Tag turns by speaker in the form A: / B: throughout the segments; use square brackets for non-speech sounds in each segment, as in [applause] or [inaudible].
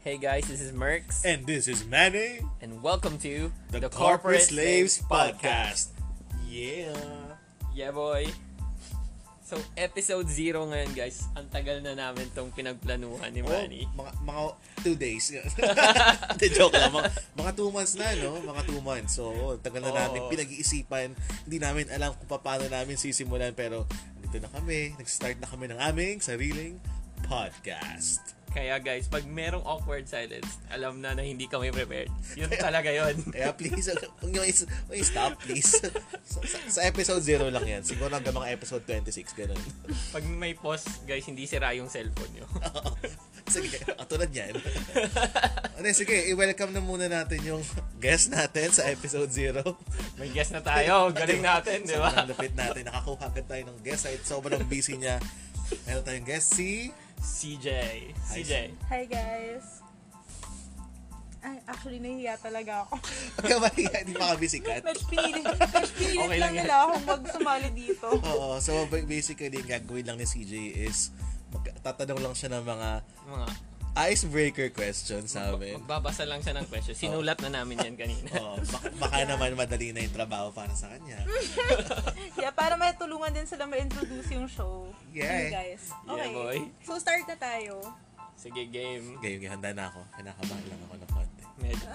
A: Hey guys, this is Merx,
B: And this is Manny,
A: and welcome to
B: the, Corporate Slaves Podcast. Yeah.
A: Uh, Yeah, boy. So, episode zero ngayon, guys. Ang tagal na namin tong pinagplanuhan ni
B: Oh,
A: Manny.
B: mga, mga two [laughs] days. Hindi, joke lang. Mga, mga two months na, no? Mga two months. So, oo, tagal na
A: Oo.
B: namin pinag-iisipan. Hindi namin alam kung paano namin sisimulan. Pero, dito na kami. Nag-start na kami ng aming sariling podcast.
A: Kaya guys, pag merong awkward silence, alam na na hindi kami prepared. Yun talaga
B: [laughs]
A: yun.
B: Kaya please, huwag nyo is- huwag nyo stop, please. sa, sa- sa episode zero lang yan. Siguro hanggang mga episode 26, ganun.
A: Pag may pause, guys, hindi sira yung cellphone nyo. [laughs]
B: sige, katulad yan. ano, sige, i-welcome na muna natin yung guest natin sa episode 0.
A: May guess na
B: [laughs]
A: tayo. Galing natin, di ba?
B: Sobrang lupit natin. Nakakuha agad tayo ng guest. Kahit sobrang busy niya. Meron tayong guest, si...
A: CJ. CJ.
C: Hi guys! Ay, actually, nahihiya talaga ako.
B: Kamaliya, di pa kami sikat.
C: Mas pinilit, mas pinilit
A: Okay lang
C: lang
A: yan.
C: nila akong magsumali
A: [laughs]
C: dito.
B: Oo, so basically, yung gagawin lang ni CJ is mag- tatanong lang siya ng mga
A: Mga,
B: icebreaker questions sa amin.
A: magbabasa lang siya ng question.
B: Oh.
A: Sinulat na namin yan kanina.
B: Oo, baka, baka naman madali na yung trabaho para sa kanya.
C: Yeah, para may tulungan din sila ma-introduce yung show.
B: Yeah.
C: Ano, guys. Okay.
A: Yeah, boy.
C: So, start na tayo.
A: Sige, game.
B: Ngayon, handa na ako. Kinakabahan lang ako ng konti.
A: Medyo.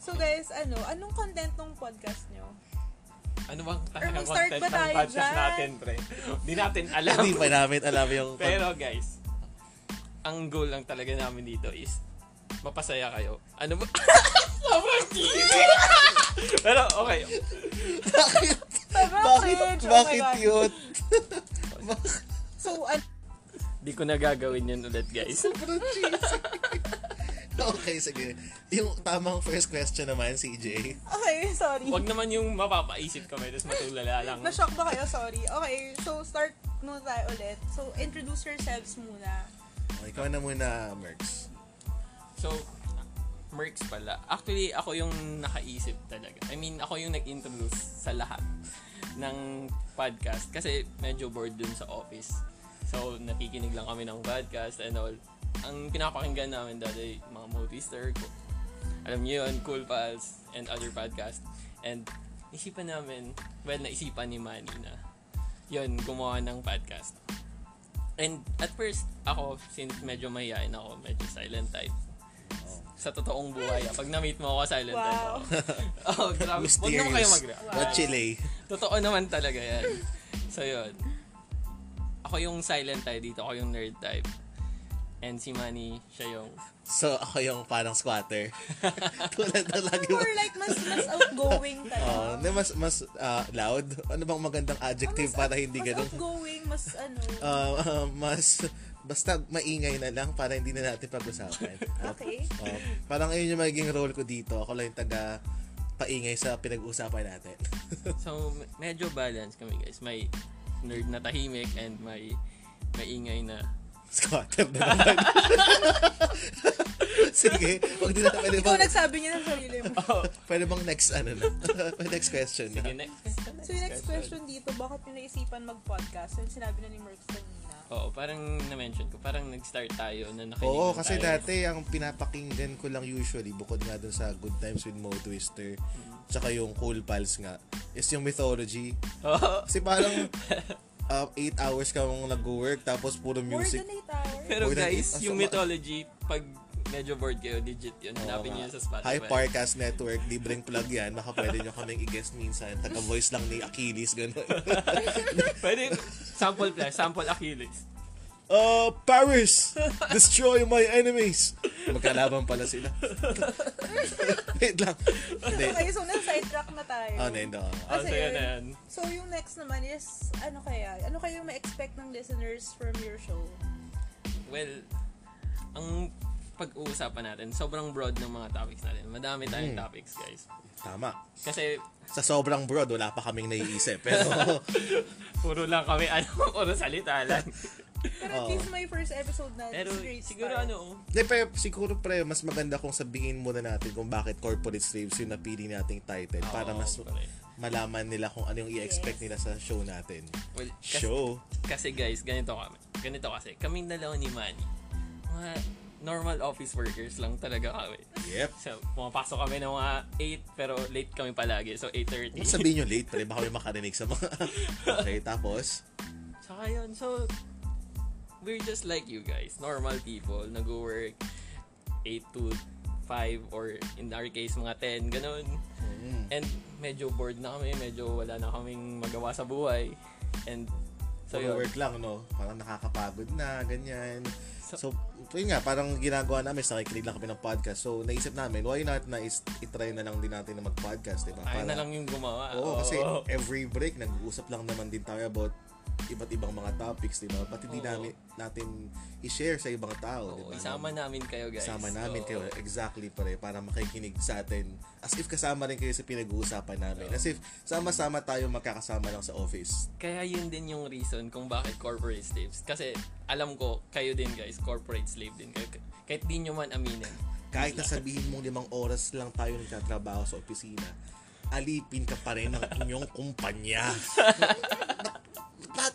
C: So guys, ano, anong content ng podcast nyo?
A: Ano bang
C: Or
A: talagang
C: mag-start
A: content
C: ba
A: ng
C: tayo
A: podcast
C: dyan?
A: natin, pre? Hindi natin alam.
B: Hindi pa namin alam yung...
A: Pero guys, ang goal lang talaga namin dito is mapasaya kayo. Ano ba? [laughs] Sobrang cheesy! [laughs] Pero okay.
B: Bakit?
C: Sobrang
B: Bakit?
C: cringe, oh my
B: bakit
C: God.
B: [laughs] yun?
C: So, ano,
A: Di ko na gagawin yun ulit, guys.
B: Sobrang cheesy. okay, sige. Yung tamang first question naman, CJ.
C: okay, sorry.
A: Huwag naman yung mapapaisip kami tapos matulala lang.
C: Na-shock ba kayo? Sorry. Okay, so start muna tayo ulit. So, introduce yourselves muna.
B: Okay, ikaw na muna, Merx. [laughs]
A: So, Mercs pala. Actually, ako yung nakaisip talaga. I mean, ako yung nag-introduce sa lahat ng podcast. Kasi medyo bored dun sa office. So, nakikinig lang kami ng podcast and all. Ang pinapakinggan namin dati, mga Motister, ko- alam niyo yun, Cool Pals, and other podcast. And isipan namin, well, naisipan ni Manny na yun, gumawa ng podcast. And at first, ako, since medyo mahihain ako, medyo silent type. Sa totoong buhay, ah, pag na-meet mo ako, silent type ako. [laughs]
C: Wow.
A: oh, grabe. Huwag naman kayo
B: Mysterious.
A: mag-react.
B: What Chile?
A: Totoo naman talaga yan. So, yun. Ako yung silent type dito. Ako yung nerd type. And si Manny, siya
B: [laughs]
A: yung...
B: So, ako yung parang squatter. [laughs] Tulad na lagi mo.
C: More like, mas, mas outgoing
A: [laughs]
B: Oh,
C: tayo.
B: na mas mas ah, loud. Ano bang magandang adjective para hindi
C: mas
B: [laughs] ganun?
C: outgoing, mas ano.
B: [laughs] Ah, ah, mas basta maingay na lang para hindi na natin
C: [laughs]
B: pag-usapan.
C: okay.
B: Oh, parang ayun yung magiging role ko dito. Ako lang yung taga paingay sa pinag-uusapan natin. [laughs]
A: So, me- medyo balance kami, guys. May nerd na tahimik and may maingay na...
B: Squatter na naman. [laughs] Sige, wag din na pwede
C: Ikaw
B: bang,
C: nagsabi niya sa sarili
B: [laughs]
C: mo.
A: Oh,
B: pwede bang next ano na? [laughs] Pwede next question na.
A: yun next.
C: So yung next question dito, bakit yung naisipan mag-podcast? Yung sinabi na ni Merx kanina.
A: Oo, parang na-mention ko. Parang nag-start tayo na nakinig
B: Oo,
A: na
B: kasi
A: tayo.
B: dati ang pinapakinggan ko lang usually, bukod nga dun sa Good Times with Mo Twister,
C: Mm.
B: tsaka yung Cool Pals nga, is yung mythology.
A: Oo.
B: Kasi parang 8 Um, hours ka mong nag-work, tapos puro
C: More
B: music.
C: than eight hours.
A: Pero
B: Uy,
A: guys,
B: nag-
A: yung
B: asama-
A: mythology, pag medyo bored kayo, legit yun. Hanapin niyo yun sa Spotify.
B: Hi Parkas Network, libreng plug yan. Baka pwede nyo kaming i-guest minsan. Taga-voice lang ni Achilles,
A: [laughs]
B: gano'n. [laughs]
A: Pwede, sample flash, sample Achilles.
B: uh, Paris! Destroy my enemies! Magkalaban pala sila. [laughs] Wait lang. Hindi.
C: [laughs] Okay, so nag-sidetrack na tayo.
B: Oh, hindi. no.
A: Oh, so
C: Kasi
A: yun
C: yun.
A: na yan.
C: So yung next naman is, ano kaya? Ano kayo may expect ng listeners from your show?
A: Well, ang pag-uusapan natin, sobrang broad ng mga topics natin. Madami tayong
B: Hmm.
A: topics, guys.
B: Tama.
A: Kasi,
B: Sa sobrang broad, wala pa kaming naiisip. Pero,
A: [laughs] puro lang kami, [laughs] ano, puro salita lang.
C: Pero at
B: Oo.
C: least my first episode na
A: Pero,
C: it's a great
A: siguro
C: start.
A: ano, oh,
B: Hindi, pero siguro pre, mas maganda kung sabihin muna natin kung bakit corporate slaves yung napili nating title para
A: Oo,
B: mas
A: correct.
B: malaman nila kung ano yung i-expect
C: Yes.
B: nila sa show natin.
A: well, kasi,
B: Show.
A: kasi guys, ganito kami. Ganito kasi, kaming dalawa ni Manny, mga normal office workers lang talaga kami.
B: Yep.
A: So, pumapasok kami ng mga 8, pero late kami palagi. So, 8.30.
B: Ba't sabihin nyo late? Pwede ba kami makarinig sa mga... [laughs] okay, tapos?
A: Tsaka yun, so, we're just like you guys. Normal people, nag-work 8 to 5 or in our case, mga 10, ganun.
B: Mm.
A: And medyo bored na kami, medyo wala na kaming magawa sa buhay. And, so
B: Puro
A: yun.
B: work lang, no? Parang nakakapagod na, ganyan.
A: So-
B: So, yun nga, parang ginagawa namin, nakikinig lang kami ng podcast. So, naisip namin, why not na is, itry na lang din natin na mag-podcast, di ba?
A: Tayo na
B: Para-
A: lang yung gumawa.
B: Oo, kasi
A: Oo.
B: every break, nag-uusap lang naman din tayo about iba't ibang mga topics, di ba? Pati di
A: Oo.
B: namin, natin i-share sa ibang tao, di
A: Oo,
B: ba?
A: isama namin kayo guys.
B: Isama namin
A: Oo.
B: kayo, exactly pare, para makikinig sa atin. As if kasama rin kayo sa pinag-uusapan namin.
A: Oo.
B: As if sama-sama tayo magkakasama lang sa office.
A: Kaya yun din yung reason kung bakit corporate slaves. Kasi alam ko, kayo din guys, corporate slave din kayo. Kahit di nyo man aminin.
B: Kahit na sabihin mong limang oras lang tayo nagtatrabaho sa opisina, alipin ka pa rin ng inyong
C: [laughs]
B: kumpanya. Lahat,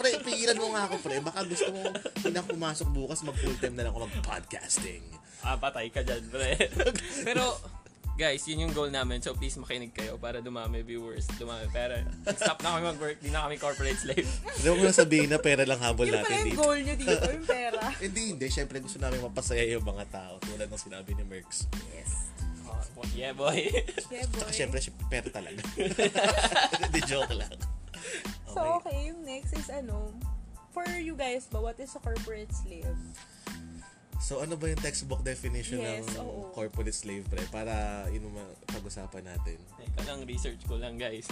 B: pre, pigilan mo nga ako, pre. Baka gusto mo, hindi na pumasok bukas, mag full time na lang ako mag-podcasting.
A: Ah, patay ka dyan, pre. [laughs] Pero, [laughs] guys, yun yung goal namin. So, please makinig kayo para dumami viewers, dumami pera. Stop na kami mag-work. Di na kami corporate slave.
B: Hindi ko na sabihin na pera lang habol
C: Yun pala
B: natin
C: yung
B: dito.
C: goal nyo dito, yung
B: [laughs]
C: pera.
B: Hindi, hindi. Siyempre, gusto namin mapasaya yung mga tao. Tulad ng sinabi ni Merx.
C: Yes.
A: Oh, boy, [laughs] yeah, boy. [laughs]
B: Tsaka
C: Yeah, boy.
B: Ah, syempre, syempre, pera
C: [laughs]
B: talaga. Hindi, joke lang.
C: So, okay, yung next is ano, for you guys ba, what is a corporate slave?
B: So, ano ba yung textbook definition
C: Yes,
B: ng
C: oo.
B: corporate slave, pre? Para yun ang mga pag-usapan natin.
A: Teka lang, research ko lang, guys.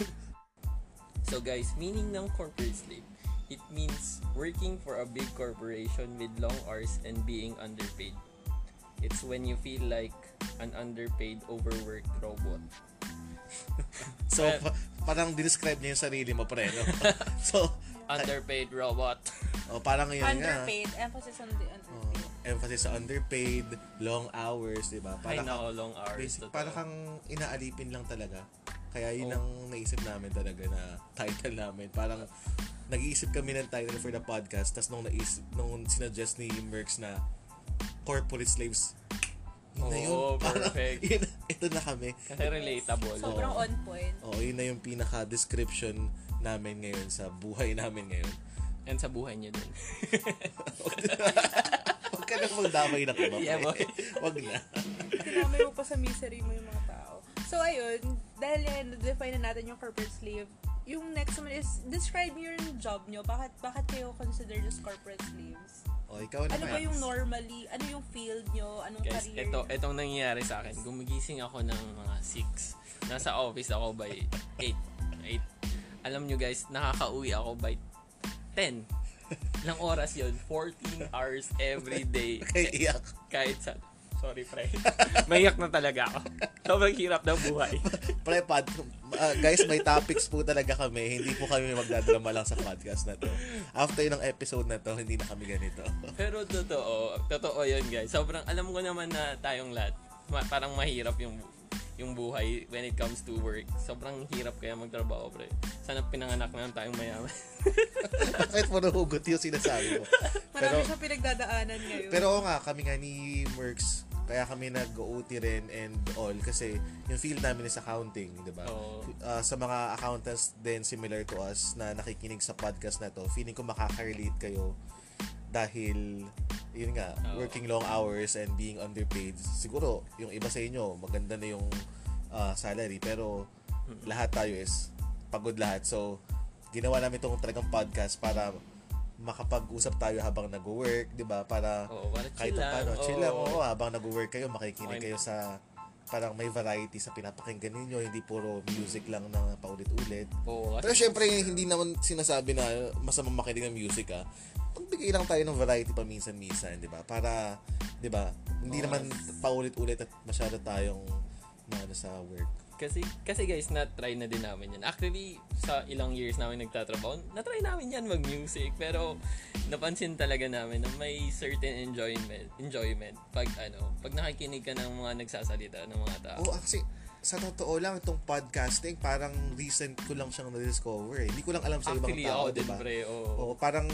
A: So, guys, meaning ng corporate slave, it means working for a big corporation with long hours and being underpaid. It's when you feel like an underpaid, overworked [laughs] robot.
B: So,
A: Eh.
B: pa- parang dinescribe niya yung sarili mo, pre, no? [laughs] so,
A: Underpaid robot.
B: oh, parang yun nga.
C: underpaid. Emphasis on the
B: Oh,
C: underpaid.
B: emphasis sa underpaid, long hours, di ba?
A: Ay,
B: Para kang,
A: nako, long hours.
B: basic,
A: totoo.
B: para kang inaalipin lang talaga. Kaya yun
A: Oo.
B: ang naisip namin talaga na title namin. Parang nag-iisip kami ng title for the podcast. Tapos nung, naisip, nung sinuggest ni Merx na corporate slaves, yun na yun. [laughs]
A: Oo,
B: Parang,
A: perfect.
B: yun, ito na
A: [laughs]
B: kami.
A: Kasi relatable.
C: Sobrang on point.
B: Oo, yun na yung pinaka-description namin ngayon sa buhay namin ngayon. [laughs]
A: And sa buhay niyo din.
B: Huwag ka na magdamay na kumapay.
A: Yeah, boy.
B: [laughs] Huwag na.
C: Kinamay mo pa sa misery mo yung mga tao. So, ayun, dahil yan, na-define na natin yung corporate slave, yung next naman is, describe nyo yung job nyo. Bakit, bakit kayo considered as corporate slaves?
B: O, ikaw naman.
C: Ano ba yung normally? Ano yung field nyo? Anong
A: Guys,
C: career?
A: ito, itong nangyayari sa akin. Gumigising ako ng mga 6. Nasa office ako by 8. 8. Alam nyo guys, nakakauwi ako by 10. Ilang oras yun? 14 hours every
B: [laughs]
A: day.
B: Kaya
A: [laughs]
B: iyak.
A: Kahit sa... Sorry, pre. [laughs] Mayak na talaga ako. Sobrang hirap ng buhay.
B: Pre, pod, ah, guys, may topics po talaga kami. Hindi po kami magdadrama lang sa podcast na to. After ng episode na to, hindi na kami ganito. [laughs]
A: Pero totoo, totoo yun guys. Sobrang alam ko naman na tayong lahat, ma- parang mahirap yung yung buhay when it comes to work. Sobrang hirap kaya magtrabaho, pre. Sana pinanganak na lang tayong
B: [laughs]
A: mayaman.
B: Kahit mo nahugot yung sinasabi mo.
C: Marami
B: Pero,
C: siya pinagdadaanan ngayon.
B: pero oo nga, kami nga ni Merx, kaya kami nag-OT rin and all kasi yung field namin is accounting, di ba?
A: Oo.
B: Ah, sa mga accountants din similar to us na nakikinig sa podcast na to, feeling ko makaka-relate kayo dahil yun nga,
A: Oo.
B: working long hours and being underpaid. Siguro, yung iba sa inyo, maganda na yung ah, salary pero lahat tayo is pagod lahat. So, ginawa namin itong talagang podcast para makapag-usap tayo habang nag-work, di ba? Para
A: Oo, para
B: kahit
A: chill lang.
B: paano, chill lang.
A: Oo.
B: Oo, habang nag-work kayo, makikinig
A: Okay.
B: kayo sa parang may variety sa pinapakinggan ninyo, hindi puro music lang na paulit-ulit.
A: Oo,
B: Pero
A: kasi
B: syempre, hindi naman sinasabi na masamang makinig ng music ah. Pagbigay lang tayo ng variety paminsan-minsan, di ba? Para, di ba? Hindi
A: Oo.
B: naman paulit-ulit at masyado tayong maano sa work.
A: kasi kasi guys, na-try na din namin yan. Actually, sa ilang years namin nagtatrabaho, na-try namin yan mag-music. Pero napansin talaga namin na may certain enjoyment enjoyment pag ano, pag nakikinig ka ng mga nagsasalita ng mga tao.
B: Oo, kasi sa totoo lang, itong podcasting, parang recent ko lang siyang na-discover eh. Hindi ko lang alam sa ibang
A: Actually,
B: tao,
A: ako
B: di
A: din,
B: ba?
A: pre. Oo.
B: Oo, parang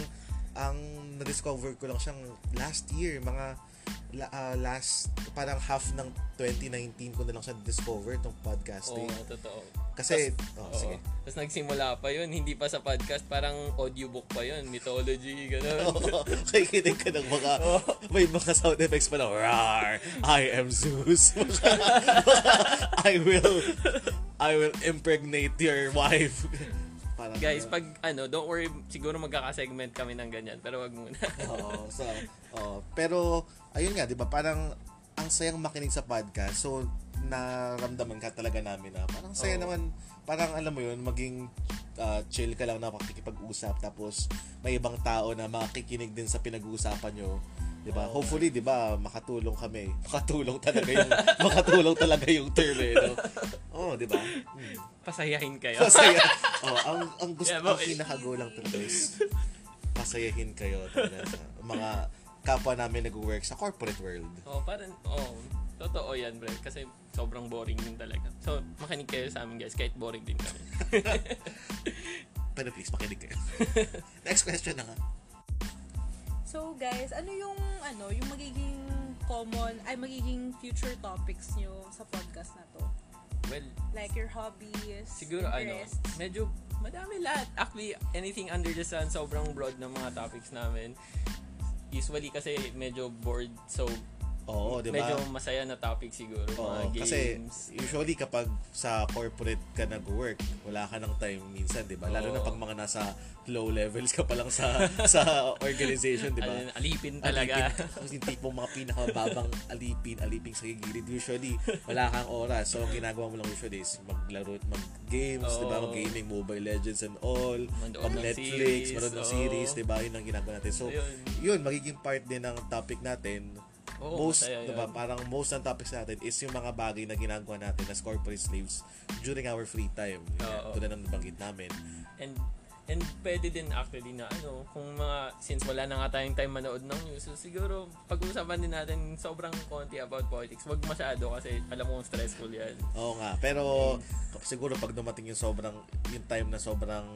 B: ang na-discover ko lang siyang last year, mga la, ah, last, parang half ng 2019 ko na lang siya discover tong podcasting.
A: Oo, totoo.
B: Kasi, oh,
A: Oo.
B: sige. [laughs]
A: Tapos nagsimula pa yun, hindi pa sa podcast, parang audiobook pa yun, mythology, gano'n.
B: [laughs] Oo, Kikinig ka ng mga, may mga sound effects pa na, Rar! I am Zeus! [laughs] I will, I will impregnate your wife! [laughs] Parang,
A: [laughs] Guys,
B: ganun.
A: pag ano, don't worry, siguro magkakasegment kami ng ganyan, pero wag muna.
B: [laughs] Oo, so, oo. pero, ayun nga, di ba, parang, ang sayang makinig sa podcast, so, naramdaman ka talaga namin na, parang saya
A: Oo.
B: naman, parang alam mo yun, maging ah, chill ka lang na makikipag-usap, tapos, may ibang tao na makikinig din sa pinag-uusapan nyo, di ba?
A: Oo.
B: Hopefully, di ba, makatulong kami. Makatulong talaga yung, [laughs] makatulong talaga yung term eh,
A: [laughs]
B: no? Oo, di ba? Hmm.
A: [laughs] Pasayahin [laughs] kayo.
B: Pasaya. oh, ang ang gusto
A: Yeah,
B: ang
A: okay.
B: pinaka-goal lang talaga is pasayahin kayo talaga sa mga kapwa namin nag-work sa corporate world.
A: Oo, parang, oo. totoo yan, Brad. Kasi sobrang boring din talaga. So, makinig kayo sa amin, guys, kahit boring din
B: [laughs]
A: kami. [laughs]
B: Pero please, makinig kayo. [laughs] Next question na nga.
C: So guys, ano yung ano, yung magiging common ay magiging future topics nyo sa podcast na to?
A: well,
C: Like your hobbies,
A: siguro ano,
C: interests.
A: medyo madami lahat. Actually, anything under the sun, sobrang broad ng mga topics namin. Usually kasi medyo bored, so
B: Oo, di ba?
A: medyo masaya na topic siguro.
B: Oo,
A: mga
B: kasi
A: games.
B: usually kapag sa corporate ka nag-work, wala ka ng time minsan, di ba? Lalo
A: Oo.
B: na pag mga nasa low levels ka pa lang sa sa organization, di ba?
A: Ano,
B: [laughs]
A: alipin talaga.
B: Alipin. Tapos yung tipong mga pinakababang alipin, alipin sa gigilid. Usually, wala kang oras. So, ang ginagawa mo lang usually is maglaro, mag-games,
A: Oo.
B: di ba? Mag-gaming, Mobile Legends and all.
A: Manood ng
B: Mag-Netflix,
A: series,
B: manood ng
A: oo.
B: series, di ba? Yun ang ginagawa natin. So,
A: Ayun.
B: yun, magiging part din ng topic natin.
A: Oo,
B: most,
A: masaya
B: di
A: yun.
B: ba? Parang most ng topics natin is yung mga bagay na ginagawa natin as corporate slaves during our free time. Yan,
A: Oo.
B: Tulad ng nabanggit namin.
A: And and pwede din actually na ano, kung mga since wala na nga tayong time manood ng news, so siguro pag-uusapan din natin sobrang konti about politics. Wag masyado kasi alam mo stressful 'yan.
B: Oo nga, pero siguro pag dumating yung sobrang yung time na sobrang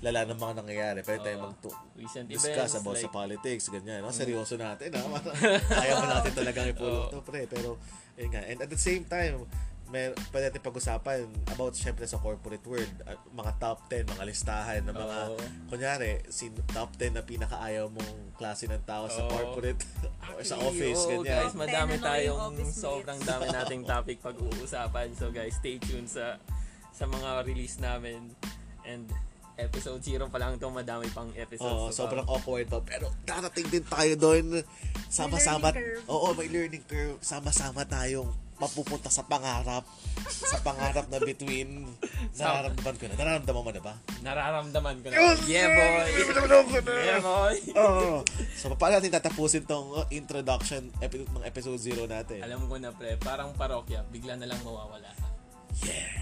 B: lala ng mga nangyayari, pwede tayo
A: Oo.
B: magtu-
A: Recent
B: discuss
A: events
B: about
A: like Mm.
B: sa politics, ganyan. No? Seryoso natin, ha?
A: [laughs]
B: Parang Kaya mo natin talagang ipulot
A: Oo.
B: to, pre. Pero, yun nga. And at the same time, may, pwede natin pag-usapan about, syempre, sa corporate world, at mga top 10, mga listahan ng mga,
A: Oo.
B: kunyari, si top 10 na pinakaayaw mong klase ng tao sa
A: Oo.
B: corporate [laughs] or sa
A: Actually,
B: office,
A: oo,
B: ganyan.
A: oh, Guys, madami
C: Ten annoying
A: tayong
C: office mates.
A: sobrang dami nating topic pag-uusapan. So guys, stay tuned sa sa mga release namin and episode 0 pa lang to madami pang episodes.
B: Oo, Oh,
A: So,
B: sobrang awkward to. Pero darating din tayo doon. Sama-sama.
C: May learning curve.
B: Oo, may learning curve. Sama-sama tayong mapupunta sa pangarap. sa pangarap na between. [laughs]
A: Sama.
B: Nararamdaman ko na. Nararamdaman mo na ba?
A: nararamdaman ko na.
B: Yun!
A: Yeah, boy!
B: Nararamdaman ko na!
A: Yeah, boy!
B: Oo. So, paano natin tatapusin tong introduction epi- ng episode 0 natin?
A: Alam ko na, pre. Parang parokya. Bigla na lang mawawala.
B: Yeah!